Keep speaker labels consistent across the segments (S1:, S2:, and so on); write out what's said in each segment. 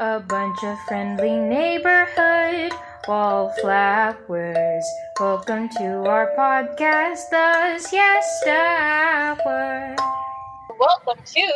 S1: A bunch of friendly neighborhood wallflowers. Welcome to our podcast, The Siesta Hour.
S2: Welcome to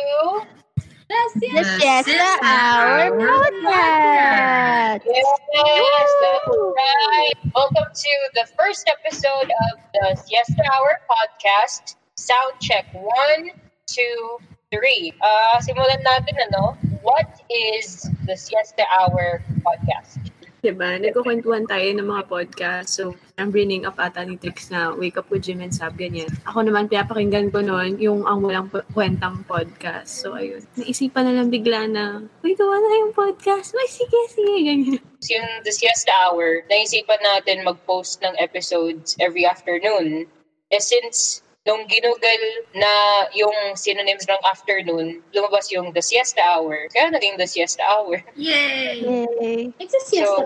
S3: The Siesta Hour Podcast!
S2: Yes, that's right. Welcome to the first episode of the Siesta Hour podcast. Sound check one, two, three. Uh, simulan natin ano? What is the Siesta Hour podcast?
S4: Diba? Nagkukwentuhan tayo ng mga podcast. So, I'm bringing up ata ni Trix na Wake Up with Jim and Sab, ganyan. Ako naman, pinapakinggan ko noon yung ang walang p- kwentang podcast. So, ayun. Naisipan na lang bigla na, uy, gawa na yung podcast. Uy, sige, sige, ganyan.
S2: Yung the Siesta Hour, naisipan natin mag-post ng episodes every afternoon. Eh, since nung ginugol na yung synonyms ng afternoon, lumabas yung the Siesta Hour. Kaya naging the Siesta Hour.
S5: Yay!
S3: Yay!
S5: Nagsasiesta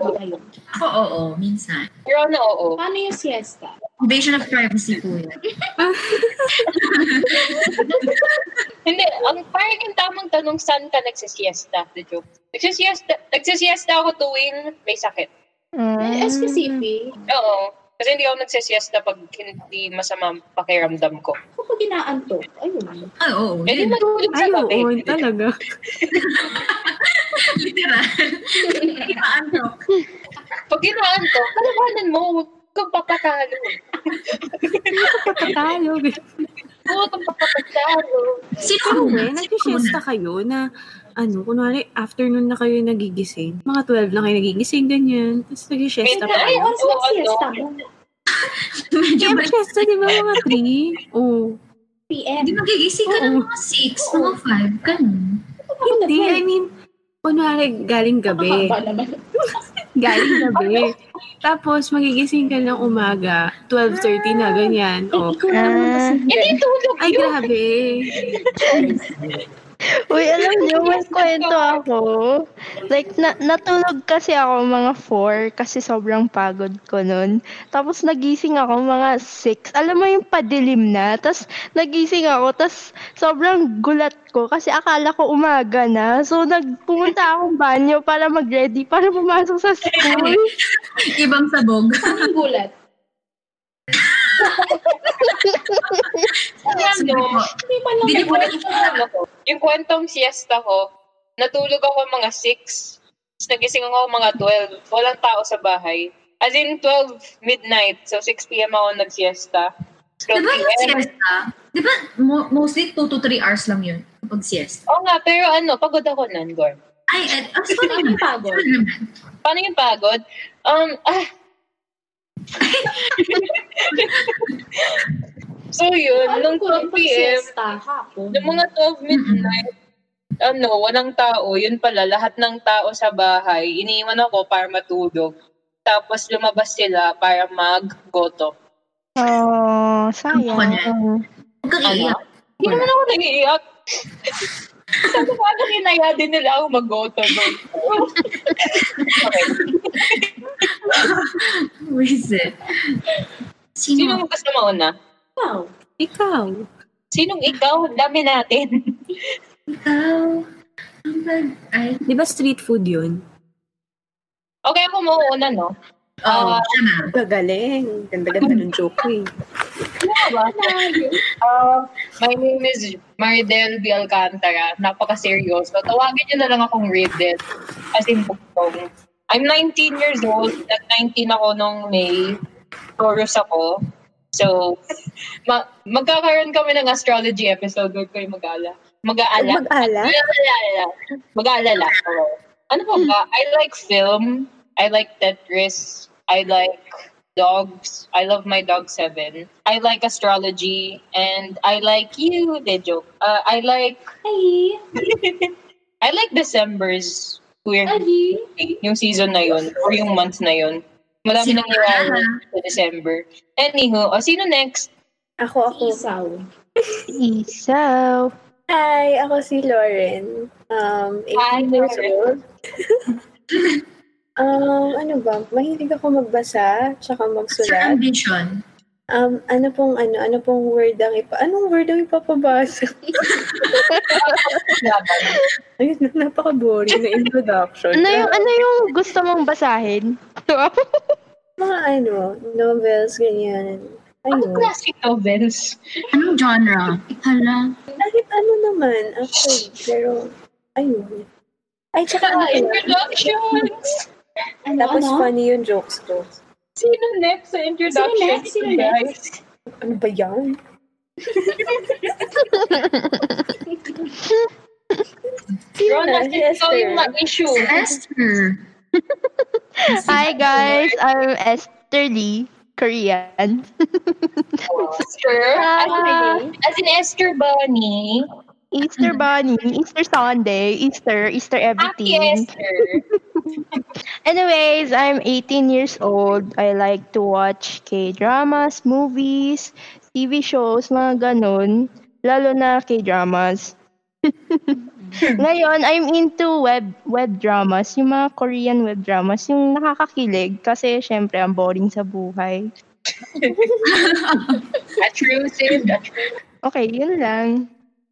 S2: So-
S5: ba kayo?
S6: Ako, oo, minsan.
S2: Pero ano, oo.
S5: Paano yung siesta?
S6: Invasion of privacy po yun.
S2: Hindi, ang parang yung tamang tanong, saan ka nagsisiesta? The joke. Nagsisiesta, nagsisiesta ako tuwing may sakit.
S1: Ah.
S5: Mm. SPCP,
S2: Oo. Kasi hindi ako nagsisiesta pag hindi masama ang pakiramdam ko.
S5: kapag inaantok, ayun.
S6: Ay, oo,
S2: Eh, di
S6: yun.
S2: matulog sa
S4: Ay,
S2: gabi.
S4: oo, talaga.
S6: Literal. ano, Hindi maantok.
S2: Pag ginaan to, kalabanan mo, huwag kang papatalo.
S4: Patatalo.
S2: Huwag kang papatalo.
S6: Sino
S4: Pero,
S6: ang
S4: we, nagkisiesta kayo na, ano, kunwari, afternoon na kayo nagigising. Mga 12 na kayo nagigising, ganyan. Tapos nagsisiesta pa
S5: Ay,
S4: kayo.
S5: once
S2: Oo,
S5: nagsiesta mo,
S6: Medyo
S4: Kaya
S6: ba?
S4: magsiesta, di ba, mga 3? Oo.
S5: PM.
S6: Hindi magigising ka ng
S4: Oo.
S6: mga 6, mga 5, ganun.
S4: Hindi, I mean, kunwari, galing gabi.
S5: Haba naman.
S4: Galing gabi. Tapos, magigising ka ng umaga, 12.30 na, ganyan.
S5: Eh,
S4: O,
S5: ikaw naman kasi.
S2: Hindi Eh, tulog
S4: ay,
S2: yun.
S4: grabe.
S3: Uy, alam niyo, may kwento ako. Like, na- natulog kasi ako mga 4 kasi sobrang pagod ko nun. Tapos nagising ako mga 6. Alam mo yung padilim na. Tapos nagising ako. Tapos sobrang gulat ko kasi akala ko umaga na. So, nagpumunta akong banyo para mag-ready para pumasok sa school.
S6: Ibang sabog.
S5: Ang gulat.
S2: Ano?
S6: Sabi ko,
S5: Hindi pa lang.
S6: Hindi mo na
S2: Ano ko? Yung kwentong siesta ko, natulog ako mga 6. Tapos nagising ako mga 12. Walang tao sa bahay. As in 12 midnight. So 6 p.m. ako nagsiesta. So,
S6: Di ba yung
S2: PM.
S6: Ano siesta? Di ba mo- mostly 2 to 3 hours lang yun kapag siesta?
S2: Oo nga, pero ano, pagod ako nun, Gor.
S6: Ay, at ang
S5: Ano
S6: sorry
S5: yung
S6: naman.
S5: pagod?
S6: Sorry naman.
S2: Paano yung pagod? Um, ah. so yun, nung
S5: Alam ko rin
S2: 12
S5: pag
S2: p.m.,
S5: siesta, hapon.
S2: Yung mga 12 midnight, ano, walang tao. Yun pala, lahat ng tao sa bahay. Iniiwan ako para matulog. Tapos lumabas sila para maggoto.
S3: Oh, sayang.
S6: Huwag kang iiyak.
S2: Hindi naman ako naiiyak. Sabi ko, ano hinaya din nila ako maggoto doon. okay.
S6: Who is it?
S2: Sino
S6: Ano, eh? Sino?
S2: ang gusto mauna?
S5: Wow.
S4: Ikaw.
S2: Sinong ikaw? Ang dami natin.
S6: Ikaw. Ang bag. Ay.
S4: Di ba street food yun?
S2: Okay, ako mauuna, no?
S6: Oo,
S2: Ah.
S6: siya na.
S4: Gagaling. Ganda-ganda ng joke ko eh.
S2: Uh, my name is Maridel B. Alcantara. Napaka-seryoso. Tawagin niyo na lang akong Riddle. As in, bugtong. I'm 19 years old. Nag-19 ako nung May. Taurus ako. So, ma- magkakaroon kami ng astrology episode. Huwag kayo mag-ala. Mag-aala.
S4: Mag-ala?
S2: Mag-alala. Mag-alala. Oo. Ano pa ba? I like film. I like Tetris. I like dogs. I love my dog seven. I like astrology. And I like you, the joke. Uh, I like,
S5: Ay,
S2: I like December's
S5: ay,
S2: weird yung season na yun or yung month na yun. Marami
S6: Sino
S2: nang nangyari
S6: na?
S2: sa December. Anywho, o sino next?
S4: Ako,
S5: isaw.
S3: Isaw.
S4: Hi, ako si Lauren. Um, 18
S2: Hi,
S4: years
S2: Lauren.
S4: old. um, ano ba? Mahilig ako magbasa, tsaka
S6: Sir
S4: magsulat.
S6: Ambition.
S7: Um, ano pong ano, ano pong word ang ipa, anong word ang ipapabasa?
S2: Laban.
S7: Ayun, napaka-boring na introduction.
S3: Ano yung, ano yung gusto mong basahin?
S7: Mga ano, novels, ganyan.
S2: Ano
S7: Ayun.
S2: classic novels?
S6: Anong genre? Hala.
S7: Kahit ano naman, actually, pero, ayun. Ay, tsaka ano
S2: Ah,
S7: pala,
S2: introductions!
S5: Ano,
S7: tapos
S5: ano?
S7: funny yung jokes ko.
S2: Sino next sa introductions?
S5: Sino next? Sino next?
S2: guys?
S7: Ano ba yan? Sino
S2: Rona,
S7: na? Si
S2: ikaw
S7: Esther.
S2: yung ma-issue.
S6: Esther.
S3: Hi guys, I'm Esther Lee, Korean.
S2: Esther? As
S5: Ah.
S2: in, as in Esther Bunny.
S3: Easter Bunny, Easter Sunday, Easter, Easter
S2: Happy
S3: everything.
S2: Esther.
S3: Anyways, I'm 18 years old. I like to watch K-dramas, movies, TV shows, mga ganun. Lalo na K-dramas. Ngayon, I'm into web web dramas, yung mga Korean web dramas, yung nakakakilig kasi syempre ang boring sa buhay.
S2: Atrusive.
S3: Okay, yun lang.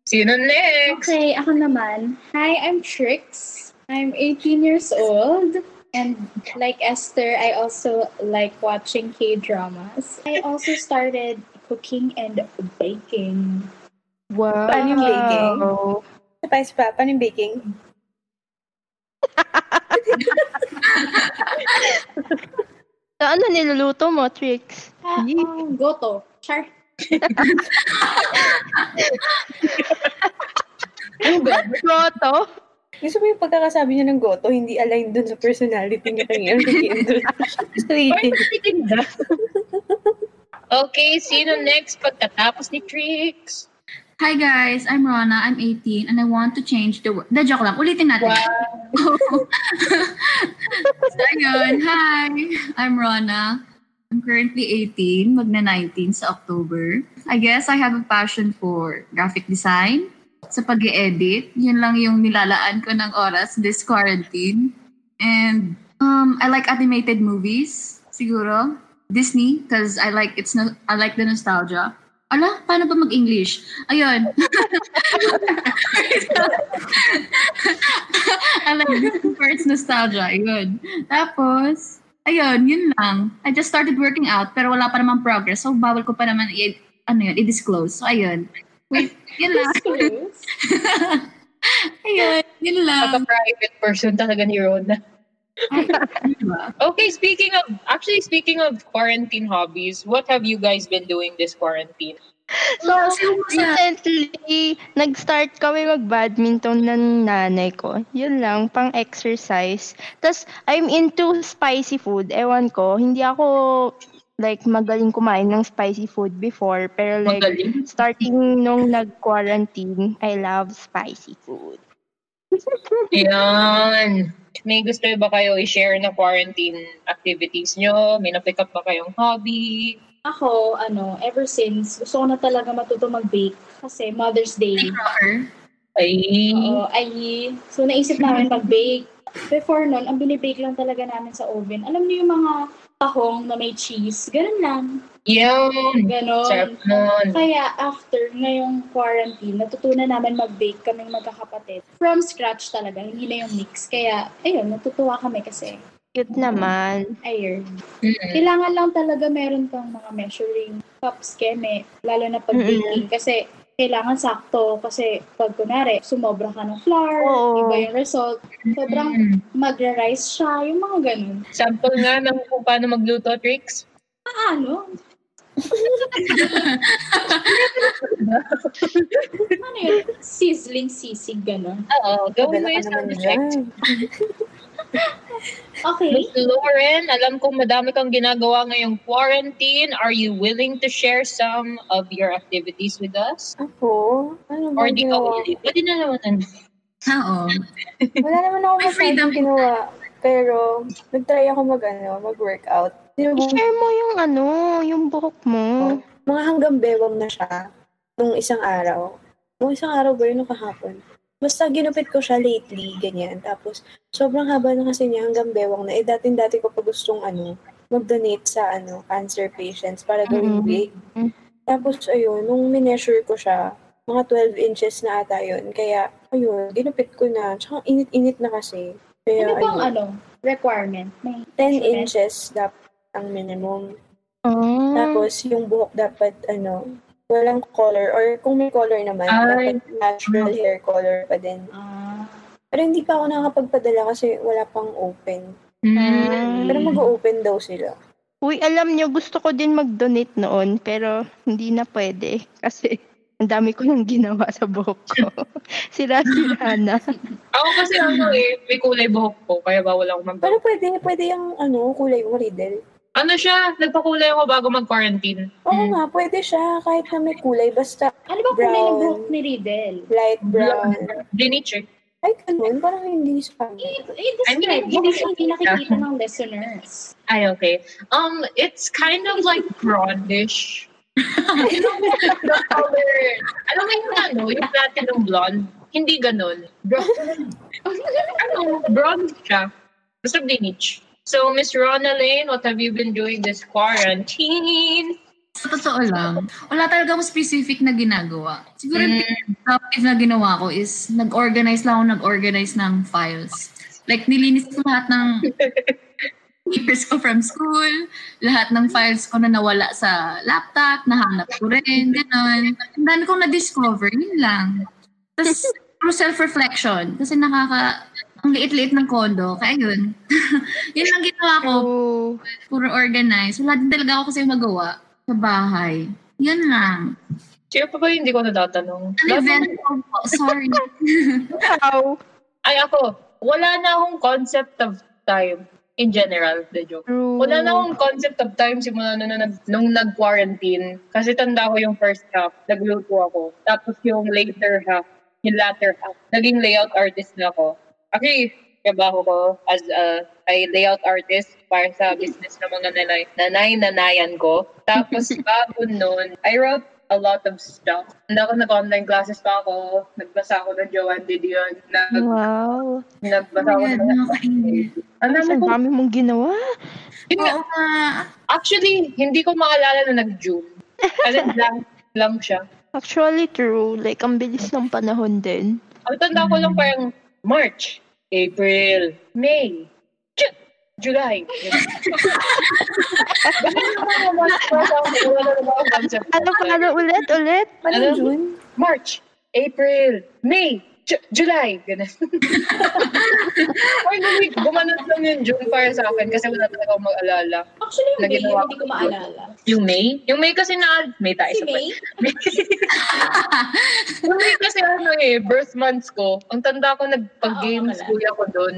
S2: Sino next?
S5: Okay, ako naman. Hi, I'm Trix. I'm 18 years old. And like Esther, I also like watching K-dramas. I also started cooking and baking.
S3: Wow.
S7: Paano yung baking? Spice pa, paano yung baking?
S3: So, ano niluluto mo, Trix?
S5: Ah,
S3: Yee.
S5: um, goto. Char.
S3: Goto?
S7: Gusto mo yung pagkakasabi niya ng goto, hindi aligned dun sa personality niya kanina. Sorry.
S2: Okay, sino next pagkatapos ni Trix?
S6: Hi guys, I'm Rona. I'm 18 and I want to change the world. Da, joke lang. Ulitin natin. so, ayun. Hi, I'm Rona. I'm currently 18, magna 19 sa October. I guess I have a passion for graphic design, sa pag edit Yun lang yung nilalaan ko ng oras this quarantine. And um, I like animated movies, siguro. Disney, because I like it's no, I like the nostalgia. Ala, paano ba mag-English? Ayun. I like Disney for its nostalgia. Ayun. Tapos, ayun, yun lang. I just started working out, pero wala pa naman progress. So, bawal ko pa naman i- ano yun, i-disclose. So, ayun. Wait, yun lang. ayun, yun lang.
S2: Pagka-private person talaga ni Rona. Okay, speaking of, actually speaking of quarantine hobbies, what have you guys been doing this quarantine?
S3: So, recently, nag-start kami mag-badminton ng nanay ko. Yun lang, pang-exercise. Tapos, I'm into spicy food. Ewan ko, hindi ako like magaling kumain ng spicy food before. Pero like,
S2: Magaling.
S3: starting nung nag-quarantine, I love spicy food.
S2: Yan. May gusto ba kayo i-share na quarantine activities nyo? May na-pick up ba kayong hobby?
S5: Ako, ano, ever since, gusto ko na talaga matuto mag-bake kasi Mother's Day.
S2: Ay,
S5: Oo, ay, so naisip namin mag-bake. Before nun, ang binibake lang talaga namin sa oven. Alam niyo yung mga tahong na may cheese, ganun lang.
S2: yan. Sarap
S5: Ganon.
S2: nun.
S5: Kaya after ngayong quarantine, natutunan namin mag-bake kaming magkakapatid. From scratch talaga, hindi na yung mix. Kaya, ayun, natutuwa kami kasi,
S3: Cute naman.
S5: ayun.
S2: Mm.
S5: Kailangan lang talaga meron kang mga measuring cups, keme, lalo na pag baking. Kasi, kailangan sakto. Kasi, pag kunwari, sumobra ka ng flour,
S3: Oo.
S5: iba yung result. Sobrang
S2: Mm.
S5: magra-rice siya, yung mga ganun.
S2: Sample nga ng kung paano magluto tricks.
S5: Ano? ano yun? Sizzling sisig, gano'n.
S2: Oo, gawin
S7: Wala
S2: mo
S7: ka
S2: yung sound
S7: naman
S2: check.
S7: dyan.
S5: Okay. Ano
S2: Miss Lauren, alam kong madami kang ginagawa ngayong quarantine. Are you willing to share some of your activities with us?
S7: Ako? Ano ba
S2: Or di ka
S7: ginawa?
S2: willing? Pwede na naman. ano.
S6: Oo.
S7: Wala naman ako
S6: May freedom.
S7: masyadong ginawa. Pero, nag-try ako mag, ano, mag-workout. Sinubukan
S3: I-share mo yung ano, yung buhok
S7: ko.
S3: mo.
S7: Mga hanggang bewang na siya. Nung isang araw. Nung isang araw ba yun, nung kahapon? Basta ginupit ko siya lately, ganyan. Tapos, sobrang haba na kasi niya hanggang bewang na. Eh, dating-dati ko pa gustong ano,
S4: mag-donate sa ano, cancer patients para gawing
S5: Mm-hmm.
S4: wig.
S3: Mhm.
S4: Tapos, ayun, nung mineasure ko siya, mga 12 inches na ata yun. Kaya, ayun, ginupit ko na. Tsaka init-init na kasi. Kaya,
S5: Ano bang
S4: ayun,
S5: ano? Requirement? May
S4: 10
S5: measurement?
S4: inches dapat ang minimum.
S3: Oh.
S4: Tapos, yung buhok dapat, ano, walang color. Or kung may color naman,
S2: Ay.
S4: dapat natural hair color pa din.
S5: Ah.
S4: Pero hindi pa ako nakakapagpadala kasi wala pang open.
S3: Mm.
S4: Pero
S3: Hmm.
S4: mag-open daw sila.
S3: Uy, alam nyo, gusto ko din mag-donate noon, pero hindi na pwede. Kasi ang dami ko nang ginawa sa buhok ko. Sira-sira na.
S2: Ako kasi ano eh, may kulay buhok ko, kaya bawal ako mag
S4: Pero pwede, pwede yung ano, kulay mo, riddle.
S2: Ano siya, nagpakulay ako bago mag-quarantine.
S4: Oo nga, pwede siya kahit na may kulay. Basta
S5: Ano ba kulay ng
S4: Brown.
S5: buhok ni Riddle?
S4: light brown.
S2: Diniche.
S4: Ay, ganun. Parang hindi sa akin.
S5: Eh, eh, describe
S2: I mean,
S5: mo kasi
S2: hindi-
S5: hindi nakikita ng listeners.
S2: Ay, okay. Um, it's kind of like brownish. you know, the color. Alam mo yung ano, yung platinum blonde? Hindi ganun. Brown. ano, brown siya. Basta dinich. So, Miss Rona Lane, what have you been doing this quarantine?
S6: Sa totoo lang, wala talaga akong specific na ginagawa. Siguro yung productive na ginawa ko is nag-organize lang ako, nag-organize ng files. Like, nilinis ko lahat ng papers ko from school, lahat ng files ko na nawala sa laptop, nahanap ko rin, ganun. Ang dami kong na-discover, yun lang. Tapos, through self-reflection, kasi nakaka... Ang liit-liit ng kondo, kaya yun. yun ang ginawa ko,
S3: Oh.
S6: puro organize. Wala din talaga ako kasi magawa sa bahay. Yun lang.
S2: Sino pa ba yung hindi ko natatanong?
S6: Ang event ko po, sorry.
S3: Wow.
S2: Ay, ako, wala na akong concept of time in general, the joke.
S3: True.
S2: Wala na akong concept of time simula na, na, nag- nung nag-quarantine. Kasi tanda ko yung first half, nagluto ako. Tapos yung later half, yung latter half, naging layout artist na ako. Actually, trabaho ko as a ay layout artist para sa business ng mga nanay, nanay nanayan ko. Tapos bago nun, I wrote a lot of stuff. Tanda ko nag-online classes pa ako. Nagbasa ako ng Joanne Didion. Nag,
S3: Wow.
S2: Nagbasa ako
S6: Ayan,
S2: ng...
S6: nakakainit.
S2: Ang dami
S3: Ang
S2: ko.
S3: dami mong ginawa.
S2: Yun nga,
S6: Oo nga.
S2: Actually, hindi ko maalala na nag-June. Alam lang, lang siya.
S3: Actually, true. Like, ang bilis ng panahon din.
S2: Ang tanda ko lang
S3: Mm.
S2: parang March, April, May, Ju- July. Bakit naman ang last month ako, wala na ba ang concept?
S3: Ano pa ano ulit, ulit?
S4: Ano
S2: Alam-
S4: June?
S2: March, April, May, Ju- July. Ganun. Or gumi- gumanap lang yung June para sa akin kasi wala talaga akong mag-alala.
S5: Actually, yung May,
S2: Naginawa ko.
S5: yun hindi ko maalala.
S2: Yung May? Yung May kasi na... May tayo
S5: Si
S2: sa
S5: May?
S2: Hindi kasi ano eh, birth months ko. Ang tanda ko nagpag-games
S5: Oo, wala.
S2: kuya ko doon.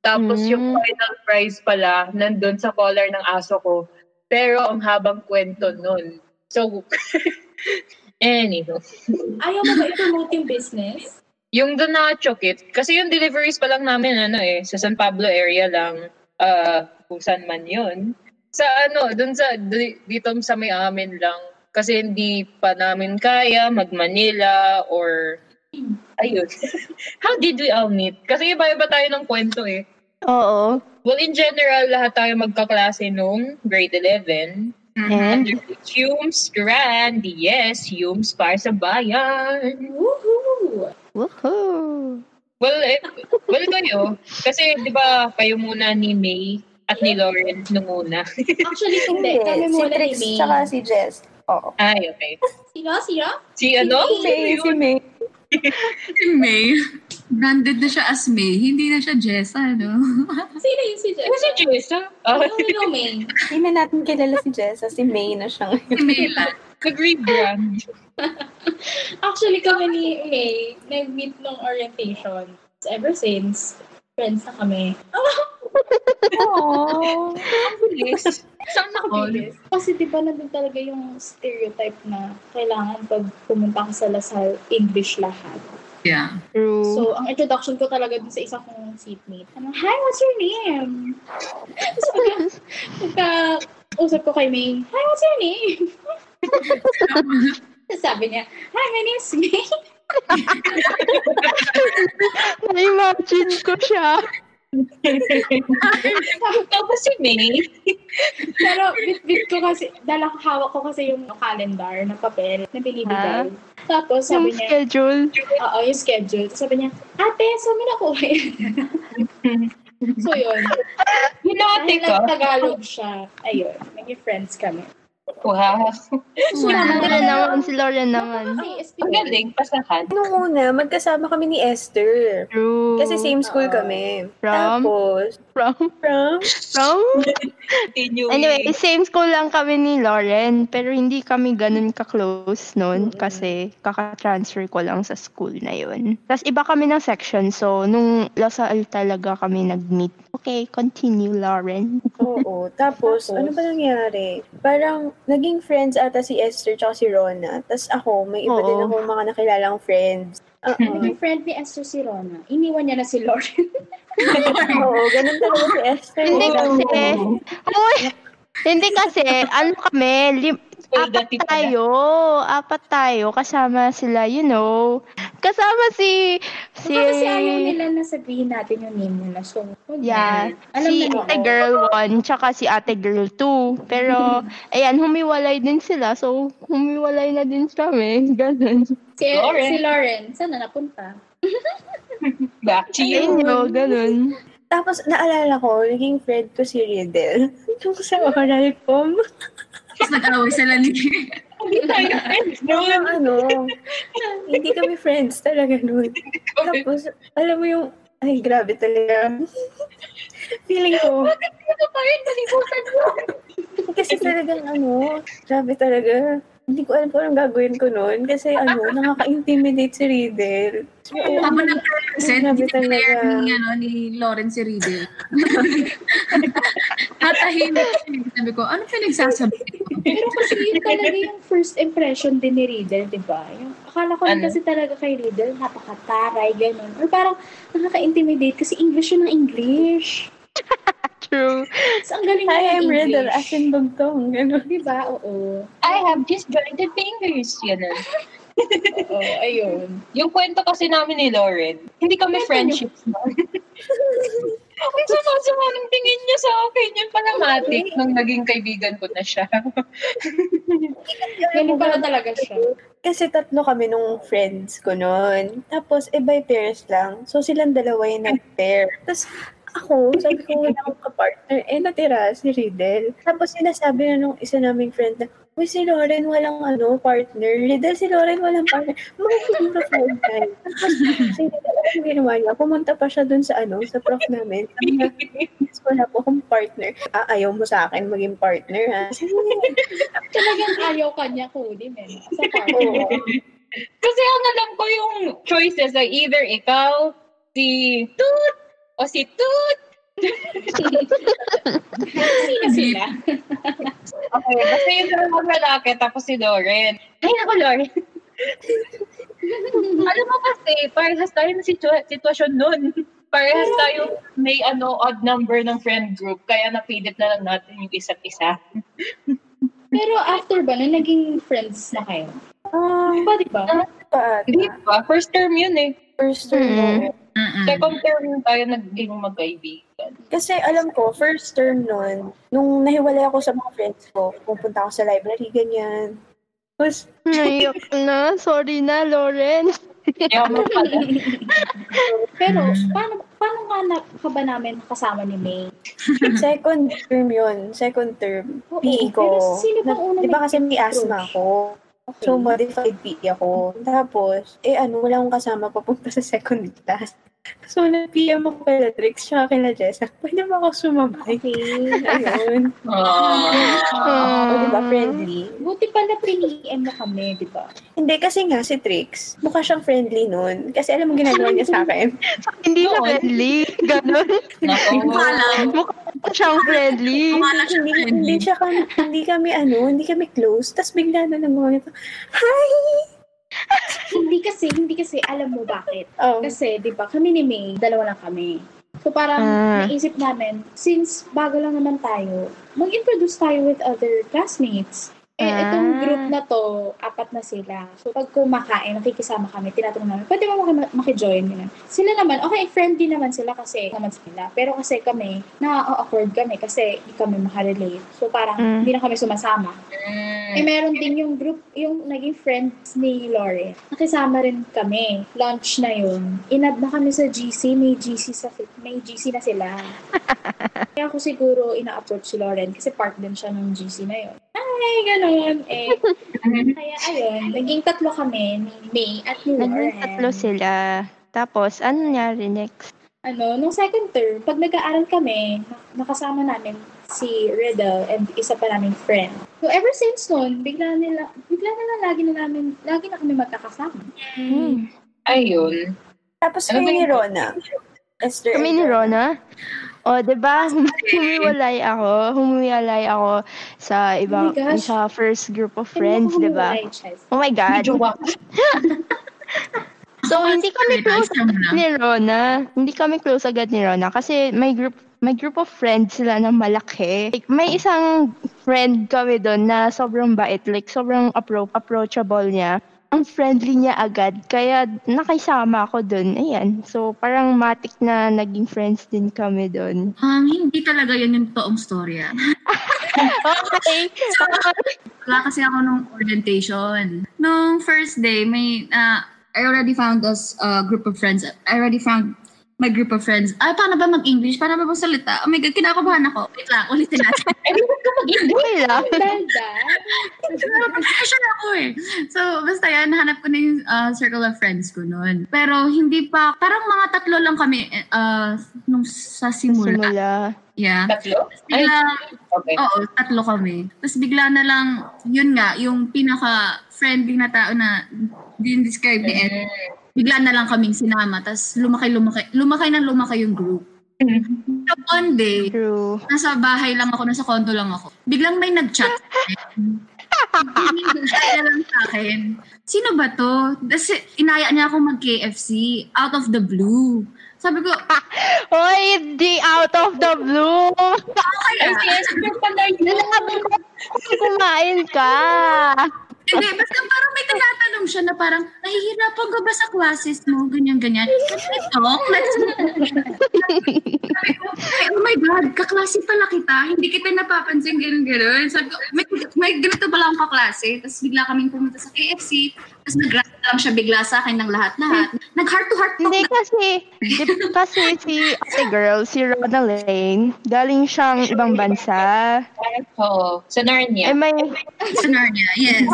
S2: Tapos
S3: Mm.
S2: yung final prize pala, nandun sa collar ng aso ko. Pero ang habang kwento nun. So, anywho.
S5: Ayaw mo ba i-promote yung business?
S2: Yung Donacho kit, kasi yung deliveries pa lang namin, ano eh, sa San Pablo area lang, uh, kung saan man yun. Sa ano, dun sa, di- dito sa may amin lang. Kasi hindi pa namin kaya mag-Manila or, ayun. How did we all meet? Kasi iba-iba tayo ng kwento eh.
S3: Oo.
S2: Well, in general, lahat tayo magkaklase nung grade 11.
S3: And?
S2: Under Humes Grand, yes, Humes para sa bayan.
S5: Woohoo!
S3: Woohoo!
S2: Well, eh, well kayo. Kasi, di ba, kayo muna ni May at ni Lauren nung una.
S5: Actually, hindi.
S4: Hindi.
S5: Kami
S4: Si
S5: muna
S4: Trix
S5: ni
S4: tsaka
S5: May.
S4: si Jess. Oo.
S2: Ay, okay.
S5: Sino? Sino?
S2: Si ano?
S4: Si May, si May.
S6: Si May. Branded na siya as May. Hindi na siya Jessa, no?
S5: Sino yung si Jess?
S2: Ano si Jessa? Oh,
S5: Ano yun yung May?
S4: Hindi na natin kilala si Jess. ah, Si May na siya ngayon.
S6: Si May lang.
S2: nag-rebrand.
S5: Actually, kami ni May, nag-meet nung orientation. So, ever since, friends na kami.
S4: Oo.
S2: Yes. Saan nakabilis?
S5: Kasi di ba nandun talaga yung stereotype na kailangan pag pumunta ka sa Lasal, English lahat.
S6: Yeah.
S3: True.
S5: So, ang introduction ko talaga dun sa isa kong seatmate. Ano, hi, what's your name? so, pagka- pagka usap ko kay May, hi, what's your name? Tapos Sabi niya, hi, my name's May.
S3: Na-imagine ko siya.
S2: Tapos si May.
S5: Pero bit-bit ko kasi, dala hawak ko kasi yung calendar na papel na binibigay. Tapos
S3: Yung
S5: sabi niya,
S3: schedule.
S5: oo, yung schedule. Tapos sabi niya, ate, saan mo nakuha yun? so yun,
S2: Hinote
S5: dahil
S2: ka?
S5: nag-Tagalog siya, ayun, naging friends kami.
S2: Wow.
S3: Lore naman, si Lore naman.
S2: Ang
S5: Ay, speaking
S2: galing, pasahan.
S4: Noong una, magkasama kami ni Esther.
S3: True.
S4: Kasi same school
S5: Oo.
S4: kami.
S3: From?
S4: Tapos,
S3: From?
S4: from?
S3: From?
S2: Continuing.
S3: Anyway, same school lang kami ni Lauren, pero hindi kami ganun ka-close noon kasi kaka-transfer ko lang sa school na yun. Tapos iba kami ng section, so nung Lasal talaga kami nag-meet. Okay, continue, Lauren.
S4: Oo. Tapos, ano ba nangyari? Parang, naging friends ata si Esther tsaka si Rona. Tapos ako, may iba din
S3: Oo.
S4: akong mga nakilalang friends. Ah, Oo.
S5: Naging friend ni Esther si Rona. Iniwan niya na si Lauren.
S4: Oo, ganun talaga si Esther.
S3: Hindi
S4: Parang-
S3: kasi, Uy! hindi kasi, ano kami, lim-
S2: Well,
S3: apat
S2: dati pala.
S3: tayo, apat tayo, kasama sila, you know. Kasama si, si,
S5: Baka kasi ayaw nila na sabihin natin yung name nila. So, huwag
S3: Yeah.
S5: na. Alam
S3: si
S5: na
S3: Ate Girl 1, tsaka si Ate Girl 2. Pero, ayan, humiwalay din sila. So, humiwalay na din kami. Ganun.
S5: Si,
S2: Lauren.
S5: si Lauren, saan na napunta?
S2: Back to you.
S3: Ayun yun, ganun.
S4: Tapos, naalala ko, naging friend ko si Riddle. Yung sa oral com.
S6: Tapos nag-away sila ni
S2: Hindi tayo friends
S4: Yung
S2: noon.
S4: ano, hindi kami friends talaga nun.
S2: Kami-
S4: Tapos, alam mo yung, ay, grabe talaga. Feeling ko,
S5: Ano pa yun? Nalimutan mo.
S4: kasi talagang ano, grabe talaga. Hindi ko alam kung anong gagawin ko nun. Kasi ano, nakaka-intimidate si Riddle.
S6: Habang nag-present,
S4: Grabe
S6: hindi ko
S4: talaga.
S6: clear ni, ano, ni Lawrence si Riddle. Natahimik siya. Sabi ko, ano pinagsasabi ko?
S5: Pero kasi yun talaga yung first impression din ni Riddle, di ba? Yung, akala ko rin
S2: Ano?
S5: kasi talaga kay Riddle, napakataray, ganun. Or parang nakaka-intimidate kasi English yun ng English.
S3: True.
S5: So, ang galing
S4: Hi,
S5: niya
S4: I'm
S5: ng
S4: Riddle,
S5: English.
S4: as in bagtong. Ganun.
S5: Di ba? Oo.
S2: I have disjointed fingers. Ganun.
S5: Oo, ayun.
S2: Yung kwento kasi namin ni Lauren, hindi kami friendships na. Ang sama-sama ng tingin niya sa akin. Yun pala matik nung naging kaibigan ko na siya.
S5: Ganun pala talaga siya.
S4: Kasi tatlo kami nung friends ko noon. Tapos, eh, by pairs lang. So, silang dalawa yung nag-pair. Tapos, ako, sabi ko, wala akong kapartner. Eh, natira si Riddle. Tapos, sinasabi na nung isa naming friend na, Uy, si Lauren walang ano, partner. Riddle, si Lauren walang partner. Mga siguro five times. Tapos, si Riddle, ang ginawa niya, pumunta pa siya dun sa ano, sa prof namin. Sabi niya, "Miss, wala po akong partner. Ah, ayaw mo sa akin maging partner, ha? Sabi niya,
S5: Talagang ayaw kanya kunin eh. Sa
S4: Oo.
S5: parang.
S2: Kasi ang alam ko yung choices ay either ikaw, si Toot, o si Toot.
S5: Sino sila?
S2: Okay, basta yung dalawang lalaki, tapos si Lauren. Ay, naku, Lauren. alam mo kasi, parehas tayo ng situa- sitwasyon nun. Parehas tayo may ano, odd number ng friend group, kaya napilit na lang natin yung isa't isa.
S5: Pero after ba, nung naging friends na kayo?
S4: ah,
S5: Di ba, di ba?
S4: paat.
S2: Hindi ba? First term yun eh.
S4: "Ah, First term
S3: Mm.
S4: mo.
S6: Mm-mm.
S2: Second term tayo naging magkaibigan.
S4: Kasi alam ko, first term nun, nung nahiwalay ako sa mga friends ko, pupunta ako sa library, ganyan. Tapos,
S3: Naiyak na. Sorry na, Lauren.
S2: Kaya mo pala.
S5: Ano Pero, paano, paano ka, na, ka ba namin kasama ni May?
S4: second term yun, second term.
S5: Oo,
S4: PE ko.
S5: pero sino bang unang
S4: Di ba kasi may asthma
S5: nag-approach?
S4: ako?
S5: Okay.
S4: So, modified PE ako. Tapos, eh ano, wala akong kasama papunta sa second class. So, nag-PM ako kay Latrix, tsaka kay Jessa. Pwede ba ako sumabay? Ayun.
S2: Ah.
S4: O, di ba, Oh, diba, friendly?
S5: Buti pala piniem mo kami, di ba?
S4: Hindi, kasi nga si Trix, mukha siyang friendly nun. Kasi alam mo ginagawa niya sa akin.
S3: Ah, Hindi siya
S2: Noon.
S3: friendly. Ganun.
S2: Nako.
S6: Alam,
S3: Mukha siyang friendly.
S6: kumala siya
S4: hindi,
S6: friendly.
S4: hindi siya kami, hindi kami ano, hindi kami close. Tapos bigla na lang mga ito, hi!
S5: Hindi kasi, hindi kasi, alam mo bakit.
S4: Oh,
S5: Kasi, di ba, kami ni May, dalawa lang kami. So parang
S3: Ah.
S5: naisip namin, since bago lang naman tayo, mag-introduce tayo with other classmates. Eh, itong
S3: Ah.
S5: group na to, apat na sila. So, pag kumakain, nakikisama kami, tinatanong namin, pwede ba maki- makijoin? Ganun. Sila naman, okay, friendly naman sila kasi naman sila. Pero kasi kami, na-awkward kami kasi hindi kami makarelate. So, parang
S3: Mm.
S5: hindi na kami sumasama. Eh,
S2: Mm.
S5: meron din yung group, yung naging friends ni Lauren. Nakisama rin kami. Lunch na yun. Inad na kami sa GC. May GC, sa, may GC na sila. Kaya ako siguro ina-approach si Lauren kasi part din siya ng GC na yun. Ay, ganun. Eh, kaya ayun. Naging tatlo kami ni May at ni Lauren.
S3: Naging tatlo sila. Tapos, ano nangyari next?
S5: Ano, nung second term, pag nag-aaral kami, nakasama namin si Riddle and isa pa naming friend. So ever since noon, bigla nila, bigla na lang lagi na namin, lagi na kami magkakasama.
S3: Hmm.
S2: Ayun.
S4: Tapos
S2: Ano
S4: kayo
S2: ba
S4: ni
S2: yung-
S4: Rona. Esther and
S3: Kami ni Rona. O, di ba? Humiwalay ako. Humiwalay ako sa ibang,
S5: Oh my gosh.
S3: sa first group of friends,
S5: Kaya
S3: di ba?
S5: humiwalay, Chaz.
S3: Oh my God.
S2: Medyo wak.
S3: So, hindi
S5: Ano
S3: kami
S6: Nila,
S3: close
S6: isa mo na.
S3: ni Rona. Hindi kami close agad ni Rona kasi may group may group of friends sila na malaki. Like, may isang friend kami doon na sobrang bait. Like, sobrang appro- approachable niya. Ang friendly niya agad. Kaya, nakisama ako doon. Ayan. So, parang matik na naging friends din kami doon.
S6: Um, hindi talaga yun yung toong story. ah.
S3: Okay.
S6: Wala kasi ako nung orientation. Nung first day, may, ah, I already found us a group of friends. I already found my group of friends. Ay, paano ba mag-English? Paano ba magsalita? Oh my God, kinakabahan ako. Wait lang, ulitin natin.
S2: Ay, bakit ka mag-ibig?
S3: Okay lang.
S5: Dalda,
S6: Pasensya na ako eh. So, basta yan, hanap ko na yung ah, circle of friends ko noon. Pero hindi pa, parang mga tatlo lang kami eh, ah, nung sa simula.
S3: Simula.
S6: Yeah.
S2: Tatlo? Ay,
S6: Biglang,
S2: okay.
S6: Oo, tatlo kami. Tapos bigla na lang, yun nga, yung pinaka-friendly na tao na din-describe ni
S2: Mm.
S6: Ed, bigla na lang kaming sinama. Tapos lumaki-lumaki, lumaki ng lumaki yung group. So one day,
S3: True.
S6: nasa bahay lang ako, nasa condo lang ako. Biglang may nag-chat sa akin. Biglang nag-chat lang sa akin. Sino ba to? Tapos inaya niya ako mag-KFC out of the blue. Sabi ko, ah."
S3: Oy, hindi out of the blue.
S6: okay
S2: Ay,
S6: lang.
S2: si Esther pala yun.
S3: Kumain ka.
S6: Hindi, basta parang may tinatanong siya na parang, nahihirapan ka ba sa classes mo? Ganyan, ganyan. Let's talk. Let's Sabi ko, "Ay, oh my God, kaklase pala kita. Hindi kita napapansin, ganyan, ganyan. Sabi ko, may, may ganito pala akong kaklase. Tapos bigla kaming pumunta sa KFC. Tapos nag lang siya bigla sa akin ng lahat-lahat. Nag-heart-to-heart talk
S3: Hindi kasi, di- kasi si ate girl, si Rona Lane, galing siyang ibang bansa.
S2: Oo. Sa
S3: Eh
S2: Narnia.
S3: may,
S6: sa Narnia. Yes.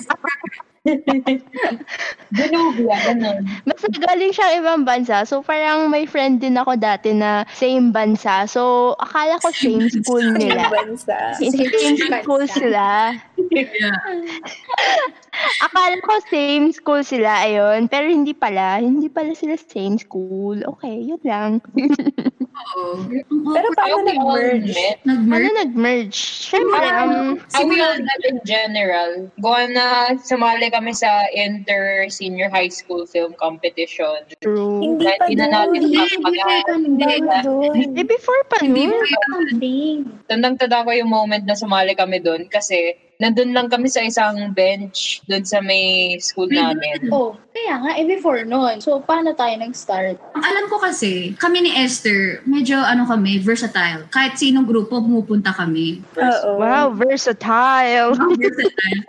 S2: Ginugla, ganun.
S3: basta galing siyang ibang bansa. So parang may friend din ako dati na same bansa. So akala ko same school
S4: Rona.
S3: nila.
S4: Bansa.
S3: Same school sila.
S6: Yeah.
S3: Akala ko same school sila, ayun. Pero hindi pala. Hindi pala sila same school. Okay, yun lang.
S6: Oo.
S4: Pero paano
S2: Ayoko yung
S4: nag-merge?
S2: met.
S3: Ano
S6: Nag-merge.
S3: nag-merge? Siyempre, um,
S2: I
S6: Simula-
S2: will that in general. Gawa na sumali kami sa inter-senior high school film competition.
S3: true.
S4: Hindi
S2: Kahit
S4: pa
S2: hindi na natin
S4: doon.
S5: Hindi, hindi
S2: papagaan.
S5: pa ano,
S6: Hindi
S4: Bago
S6: na-
S4: doon.
S3: Eh, before pa
S6: Hindi
S3: nun.
S6: ko
S5: something.
S2: Tandang-tanda ko yung moment na sumali kami doon kasi nandun lang kami sa isang bench doon sa may school namin.
S5: Oh, kaya nga, eh before noon. So, paano tayo nag-start?
S6: Ang alam ko kasi, kami ni Esther, medyo ano kami, versatile. Kahit sinong grupo, pumupunta kami.
S4: Oo.
S3: Wow, versatile.
S6: Ang versatile.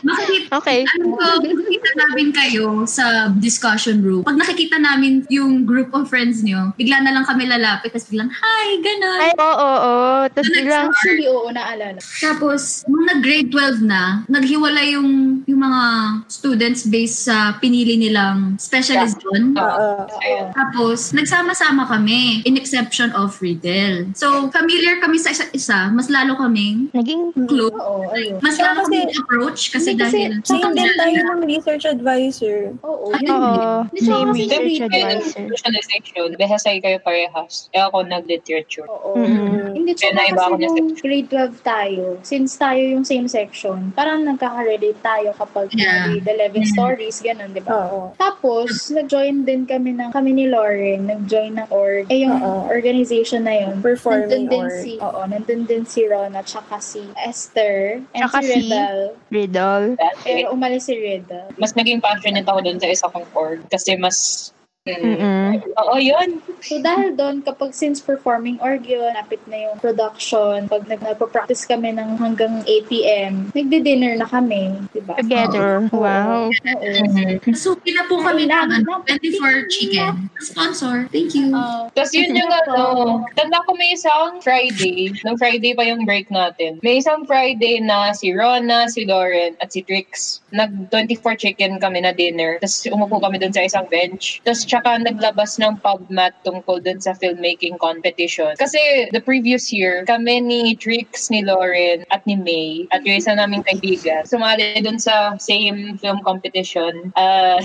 S6: Makikita,
S3: Okay.
S6: alam ko, makikita namin kayo sa discussion room. Pag nakikita namin yung group of friends niyo, bigla na lang kami lalapit, tapos biglang, hi, ganun.
S3: Ay, oo, oo. Tapos biglang,
S5: Actually, oo, naalala.
S6: Tapos, nung nag-grade 12 na, naghiwalay yung, yung mga students based sa pinili nilang specialization.
S4: Oo.
S2: Ayun.
S6: Tapos, nagsama-sama kami, in exception of Riddle. So, familiar kami sa isa't isa, mas lalo kaming
S3: naging,
S6: close.
S5: Oo, ayun.
S6: Mas
S4: Tsaka
S6: lalo
S4: kasi-
S6: kaming approach kasi
S5: Hindi kasi-
S6: dahil...
S4: Same din tayo ng research advisor.
S5: Oo,
S6: Ay,
S5: yun.
S3: oo,
S5: Hindi,
S3: same
S5: kasi
S2: Then,
S3: research
S2: yun yung
S3: advisor.
S2: socialization. Behesay kayo parehas. Eh ako nag-literature.
S5: Oo.
S3: Mm-mm.
S5: Hindi Hindi, tsaka
S2: Pinaiba ako
S5: kasi
S2: niya
S5: nung grade 12 tayo, since tayo yung same section, parang nagkaka-relate tayo kapag
S6: Yeah.
S5: grade 11 stories, ganun, di ba?
S4: Oo.
S5: Tapos, nag-join din kami ng, kami ni Lauren, nag-join ng org. Eh, yung
S4: Oo.
S5: organization na yun.
S4: Performing
S5: Nandun din
S4: or...
S5: si, oo, nandun din si Rona, tsaka si Esther, and
S3: Tsaka
S5: si
S3: si-
S5: Riddle.
S3: Riddle.
S2: Dati,
S5: Pero umalis si Riddle.
S2: mas naging passionate ako dun sa isa kong org kasi mas... Mm,
S3: Mm-mm.
S2: Oo, yun.
S5: So dahil doon, kapag since performing org yun, napit na yung production, pag nag- nagpa-practice kami ng hanggang 8 p.m., nagdi-dinner na kami, di ba?
S3: Together. Wow.
S5: Oo.
S3: Mm-hmm.
S6: So, pila po kami ng ano, 24 chicken. Sponsor. Oh. Thank you.
S5: Oo.
S2: Tapos yun yung ano, tanda ko may isang Friday, nung Friday pa yung break natin. May isang Friday na si Rona, si Lauren, at si Trix. Nag-24 chicken kami na dinner. Tapos umupo kami dun sa isang bench. Tapos tsaka naglabas ng pub mat tungkol dun sa filmmaking competition. Kasi the previous year, kami ni Trix, ni Lauren, at ni May, at yung isa naming kaibigan, sumali dun sa same film competition. Uh,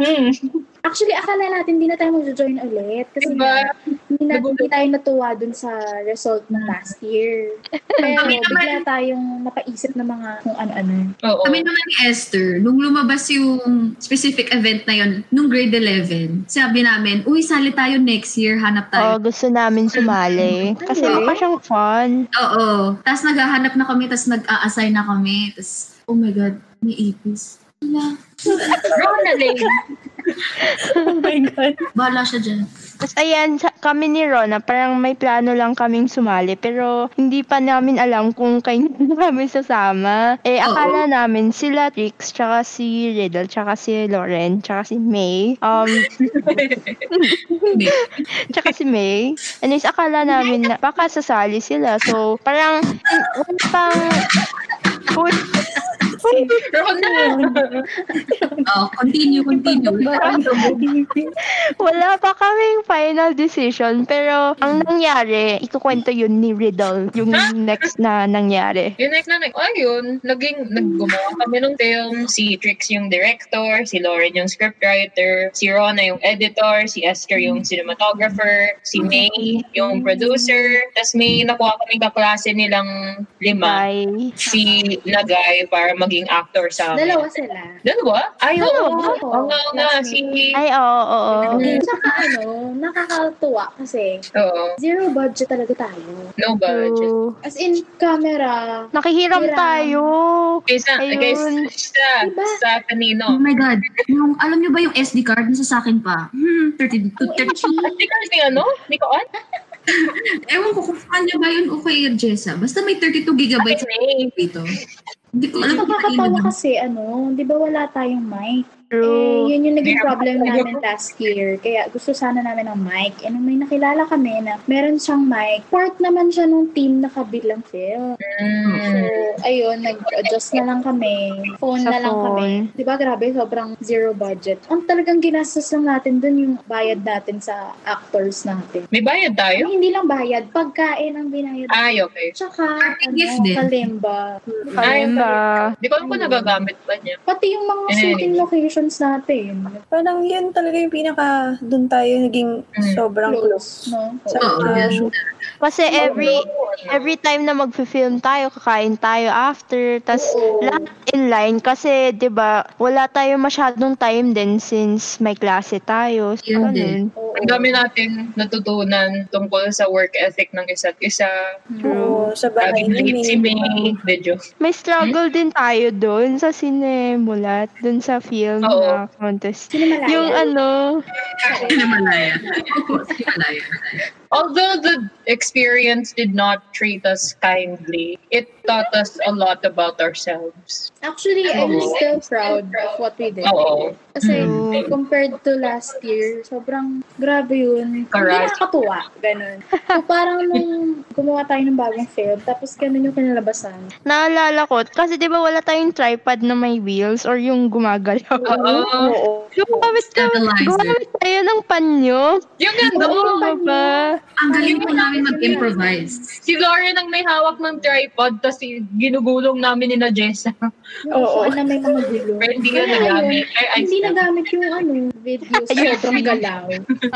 S2: hmm,
S5: Actually, akala natin hindi na tayo mag-join ulit kasi
S2: diba?
S5: hindi, na, hindi tayo natuwa dun sa result ng last year. Pero
S6: Kami naman-
S5: bigla tayong napaisip ng mga kung ano-ano.
S2: Oo.
S6: Kami naman ni Esther, nung lumabas yung specific event na yun, nung grade 11, sabi namin, uy, sali tayo next year, hanap tayo.
S3: Oh, gusto namin sumali. Kasi
S5: Really?
S3: mukha siyang fun.
S6: Oo. Tapos naghahanap na kami, tapos nag-a-assign na kami. Tapos, oh my God, may ipis. Wala.
S2: Ronald!
S4: Oh my God.
S6: Bahala siya dyan.
S3: Tapos ayan, sa- kami ni Rona, parang may plano lang kaming sumali. Pero hindi pa namin alam kung kailan kami sasama. Eh,
S6: Oo.
S3: akala namin sila Trix, tsaka si Riddle, tsaka si Lauren, tsaka si May. Um, Tsaka si May. Anyways, akala namin na baka sasali sila. So, parang, wala pang, Uy,
S2: Rona!
S6: Oh, continue, continue.
S3: wala pa kaming final decision. Pero, ang nangyari, ikukwento yun ni Riddle, yung next na nangyari.
S2: Yun, like, na, ayun, naging, naggumawa kami ng film. Si Trix yung director, si Lauren yung scriptwriter, si Rona yung editor, si Esther yung cinematographer, si May yung producer. Tapos may nakuha kami kaklase nilang lima.
S3: Bye.
S2: Si Nagay para maging actor sa amin.
S5: Dalawa sila.
S2: Dalawa? Ay, oo.
S5: Dalawa?
S2: Oo nga, oo nga. Si...
S3: Ay, oo, oo.
S2: Mm.
S5: Tsaka ano, nakakatuwa kasi
S2: Oo.
S5: zero budget talaga tayo.
S2: No budget.
S3: So,
S5: As in, camera,
S3: nakihiram
S5: Hiram.
S3: tayo.
S2: Kaysa,
S3: Ayun.
S2: guys, sa,
S5: Diba?
S2: sa
S6: Oh
S2: kanino?
S6: my God. Yung, alam niyo ba yung SD card? Nasa sa akin pa. Hmm, 30 to
S5: Mm.
S6: 30.
S2: Hindi ka ni ano? Ni Koan?
S6: Ewan ko kung paano niyo ba yun o kay Jessa. Basta may 32 gigabytes
S2: May.
S6: dito. Hindi ko alam kung
S5: Nakakatawa
S6: paano.
S5: kasi ano, di ba wala tayong mic? Eh,
S3: True.
S5: yun yung naging
S2: Meron
S5: problem
S2: pa tayo.
S5: namin last year. Kaya gusto sana namin ng mic. And nung may nakilala kami na meron siyang mic, part naman siya nung team na kabilang film. So,
S2: Mm.
S5: ayun, nag-adjust na lang kami. Phone
S3: Sa
S5: na lang kami.
S3: phone.
S5: Di ba grabe, sobrang zero budget. Ang talagang ginastos lang natin dun yung bayad natin sa actors natin.
S2: May bayad
S5: Ay,
S2: tayo?
S5: hindi lang bayad, pagkain ang binayad.
S2: Ay, okay.
S5: Tsaka,
S6: Parang gift
S5: ano,
S6: din.
S5: kalimba.
S3: Ayun ba?
S2: Di ko alam kung nagagamit ba niya.
S5: Pati yung mga
S2: Anyway.
S5: shooting locations natin.
S4: Parang yun talaga yung pinaka, doon tayo naging
S2: Mm.
S4: sobrang close.
S5: Close, no?
S4: Sa
S6: Oo.
S4: mga
S3: Kasi every,
S2: ano,
S3: every time na magfi-film tayo, kakain tayo after. Tapos,
S5: Oo.
S3: lahat in line kasi 'di ba wala tayo masyadong time din since may klase tayo so,
S6: Yun din.
S3: ganun.
S5: Oo.
S2: Ang dami natin natutunan tungkol sa work ethic ng isa't isa.
S4: Oo, sa bahay
S2: Sabi
S4: namin.
S2: ni si May, medyo.
S3: may struggle din tayo doon sa sinemulat doon sa film
S2: Oo.
S3: na contest
S5: Sinimalaya.
S3: yung ano
S6: Himalaya. Opo, Himalaya.
S2: Although the experience did not treat us kindly, it taught us a lot about ourselves.
S5: Actually, I'm
S2: Oo.
S5: still proud of what we did.
S2: Oo.
S5: Kasi
S3: Mm.
S5: compared to last year, sobrang grabe yun. Hindi
S2: Correct.
S5: nakakatuwa. Ganun. So, parang nung gumawa tayo ng bagong film, tapos ganun yung kinalabasan.
S3: naalala ko kasi 'di ba wala tayong tripod na may wheels or yung gumagalaw
S2: Oo.
S4: Oo.
S3: gumamit tayo
S6: Stabilizer.
S3: gumamit tayo ng panyo
S2: Yung ano,
S3: Oo, ba ba?
S6: Ang galing po namin mag-improvise.
S2: Si Lauren ang may hawak ng tripod, tapos si- ginugulong namin ni na Jessa.
S5: Oo. na may mga gulo.
S2: Pero hindi na nagamit. Ay, ay,
S5: Hindi nagamit yung ano, video sobrang galaw.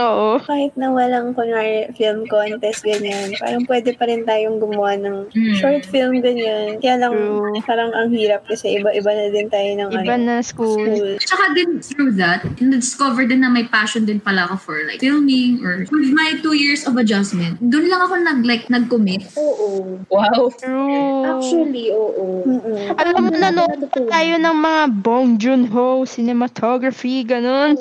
S3: Oo.
S4: Kahit na walang, kunwari, film contest, ganyan, parang pwede pa rin tayong gumawa ng
S2: Hmm.
S4: short film, ganyan. Kaya lang,
S3: True.
S4: parang ang hirap kasi iba-iba na din tayo ng
S3: Iba
S4: ano,
S3: na school.
S4: school.
S6: Tsaka din through that, na-discover din na may passion din pala ako for like filming or with my two years of adjustment. Doon lang ako nag like nag-commit.
S5: Oo.
S2: Wow.
S3: True.
S5: Actually, oo.
S4: Mm-mm.
S3: Alam mo,
S5: Ano,
S3: nanonood
S5: natutunan.
S3: tayo ng mga Bong Joon-ho, cinematography, ganun.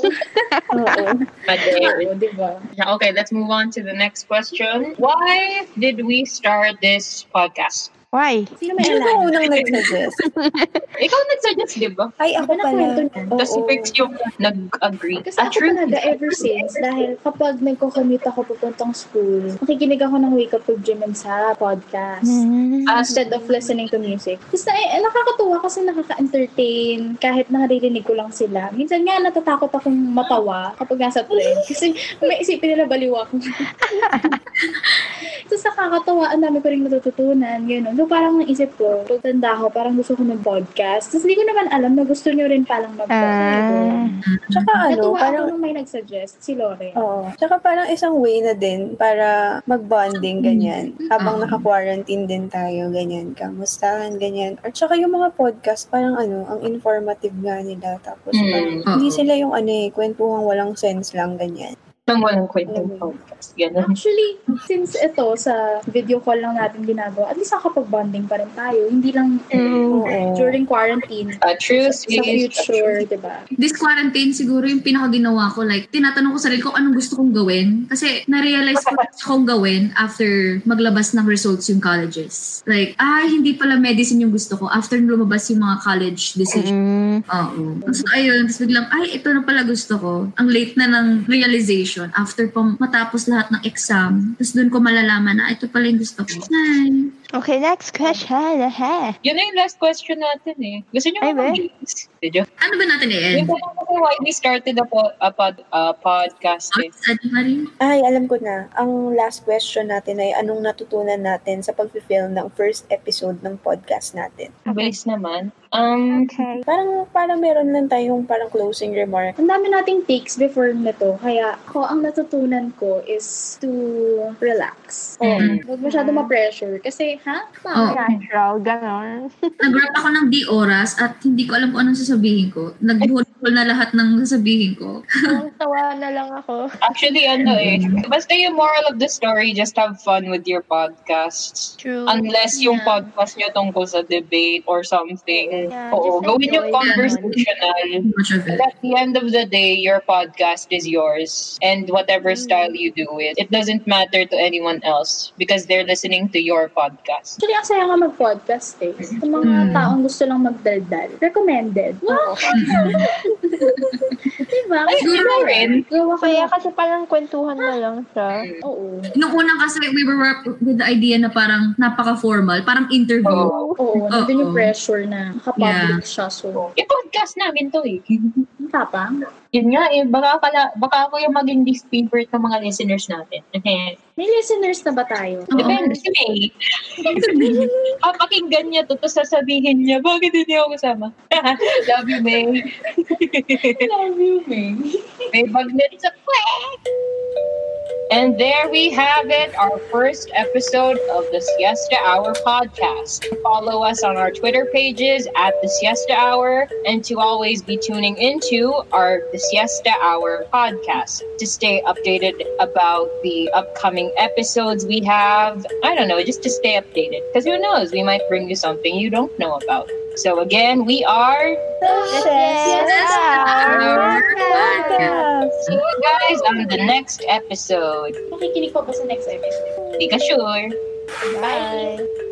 S4: Oo.
S2: Madel.
S5: Oo, diba?
S2: Now, okay, let's move on to the next question. Why did we start this podcast?
S3: Why?
S5: Sino may
S4: Sino ba
S5: alam?
S4: unang nag-suggest?
S2: Ikaw nagsuggest, di ba?
S4: Ay, ako
S5: Nakwento
S4: pala.
S5: na.
S2: Tapos si
S4: Oo.
S2: Briggs yung nag-agree.
S5: Kasi
S2: Ah,
S5: ako
S2: true.
S5: talaga ever since, dahil kapag nagko-commute ako papuntang school, makikinig ako ng Wake Up with Jim and Sarah podcast.
S3: Hmm.
S2: Ah,
S5: instead of listening to music. Tapos na, eh, nakakatuwa kasi nakaka-entertain kahit nakaririnig ko lang sila. Minsan nga natatakot akong matawa kapag nasa trend kasi may isipin nila baliw ako. Tapos nakakatawa, ang dami ko rin natututunan, gano'n. So parang naisip ko, pag tanda ko, parang gusto ko mag-podcast. Tapos hindi ko naman alam na gusto nyo rin palang
S3: Ah.
S5: mag-podcast.
S4: Tsaka ano,
S5: Natuwa ako
S4: parang Oh.
S5: nung may nagsuggest, si Lore.
S4: Oo. Tsaka parang isang way na din para mag-bonding,
S5: Hmm.
S4: ganyan.
S3: Ah.
S4: Habang naka-quarantine din tayo, ganyan. Kamustahan, ganyan. Or tsaka yung mga podcast, parang ano, ang informative nga nila. Tapos
S3: Hmm.
S2: Mm.
S4: parang, hindi
S6: Oo.
S4: sila yung ano eh, kwentuhang walang sense lang, ganyan.
S2: Nang walang kwentong podcast. Ganun.
S5: Actually, since ito sa video call lang natin ginagawa, at least nakakapag-bonding pa rin tayo. Hindi lang
S4: Mm, Oo.
S5: during quarantine.
S2: Ah, true.
S5: Sa, sa future, di ba?
S6: This quarantine, siguro yung pinaka ginawa ko, like, tinatanong ko sarili ko anong gusto kong gawin. Kasi, na-realize ko gusto kong gawin after maglabas ng results yung colleges. Like, ah, hindi pala medicine yung gusto ko after lumabas yung mga college decision.
S3: Mm.
S6: Oo.
S2: Mm-hmm.
S6: So, ayun. Tapos biglang, ay, ito na pala gusto ko. Ang late na ng realization after pang matapos lahat ng exam. Tapos doon ko malalaman na, "Ah, ito pala yung gusto ko. Ay.
S3: Okay, next question. Aha.
S2: Yun na yung last question natin eh. Gusto nyo ba
S3: Ay, ba?
S2: mag-jinx? Medyo.
S6: Ano ba natin
S2: Yung
S6: i-end?
S2: tanong ko why we started a, po- a, pod, a podcast eh.
S6: Ano pa rin?
S4: Ay, alam ko na. Ang last question natin ay anong natutunan natin sa pag-film ng first episode ng podcast natin.
S2: Bilis naman. Um,
S3: Okay.
S4: Parang, parang meron lang tayong parang closing remark
S5: Ang dami nating takes before nito. Kaya ko, ang natutunan ko is to relax.
S2: Mm.
S5: Huwag masyado
S4: Mm-hmm.
S5: ma-pressure. Kasi, ha?
S2: Oh,
S6: Oo.
S3: Natural, ganon.
S6: Nag-wrap ako ng di oras at hindi ko alam kung anong sasabihin ko. Nagbuhol na lahat ng sasabihin ko.
S3: Tawa na lang ako.
S2: actually, ano eh.
S3: Mm-hmm.
S2: Basta yung moral of the story, just have fun with your podcasts.
S3: True.
S2: Unless yung
S6: Yeah.
S2: podcast nyo tungkol sa debate or something.
S3: Yeah,
S2: Oo,
S3: just
S2: gawin yung
S3: enjoy,
S2: conversational.
S6: Much of
S2: But
S6: it.
S2: at the end of the day, your podcast is yours. And whatever
S3: Mm-hmm.
S2: style you do it, it doesn't matter to anyone else because they're listening to your podcast.
S5: Actually, ang saya nga mag-podcast eh. Sa mga
S6: Mm.
S5: taong gusto lang magdaldal. Recommended. Wow! diba?
S2: Ay,
S6: Siguro
S2: siguro rin.
S5: Gawa ko
S3: Kaya
S5: yung...
S3: kasi parang kwentuhan na lang siya.
S5: Oo.
S6: Nung unang kasi we were wrapped with the idea na parang napaka-formal, parang interview.
S2: Oo.
S5: Oo, nandun yung
S6: Oo.
S5: pressure na makapublic siya. So,
S2: Yung podcast namin to eh.
S5: tapang.
S2: Yun nga eh, baka, pala, baka ako yung maging least favorite ng mga listeners natin.
S5: May listeners na ba tayo?
S6: Oo.
S3: Oh,
S2: Depende si May. Papakinggan Oh, niya to, tapos sasabihin niya, bakit hindi ako kasama? Love you, May.
S5: Love you, May.
S2: May magnet sa kwek! And there we have it, our first episode of the Siesta Hour podcast. Follow us on our Twitter pages at the Siesta Hour and to always be tuning into our the Siesta Hour podcast to stay updated about the upcoming episodes we have. I don't know, just to stay updated because who knows, we might bring you something you don't know about. So again, we are see you guys on the next episode.
S5: Makikinig pa ba sa next episode?
S2: Be sure.
S5: Bye!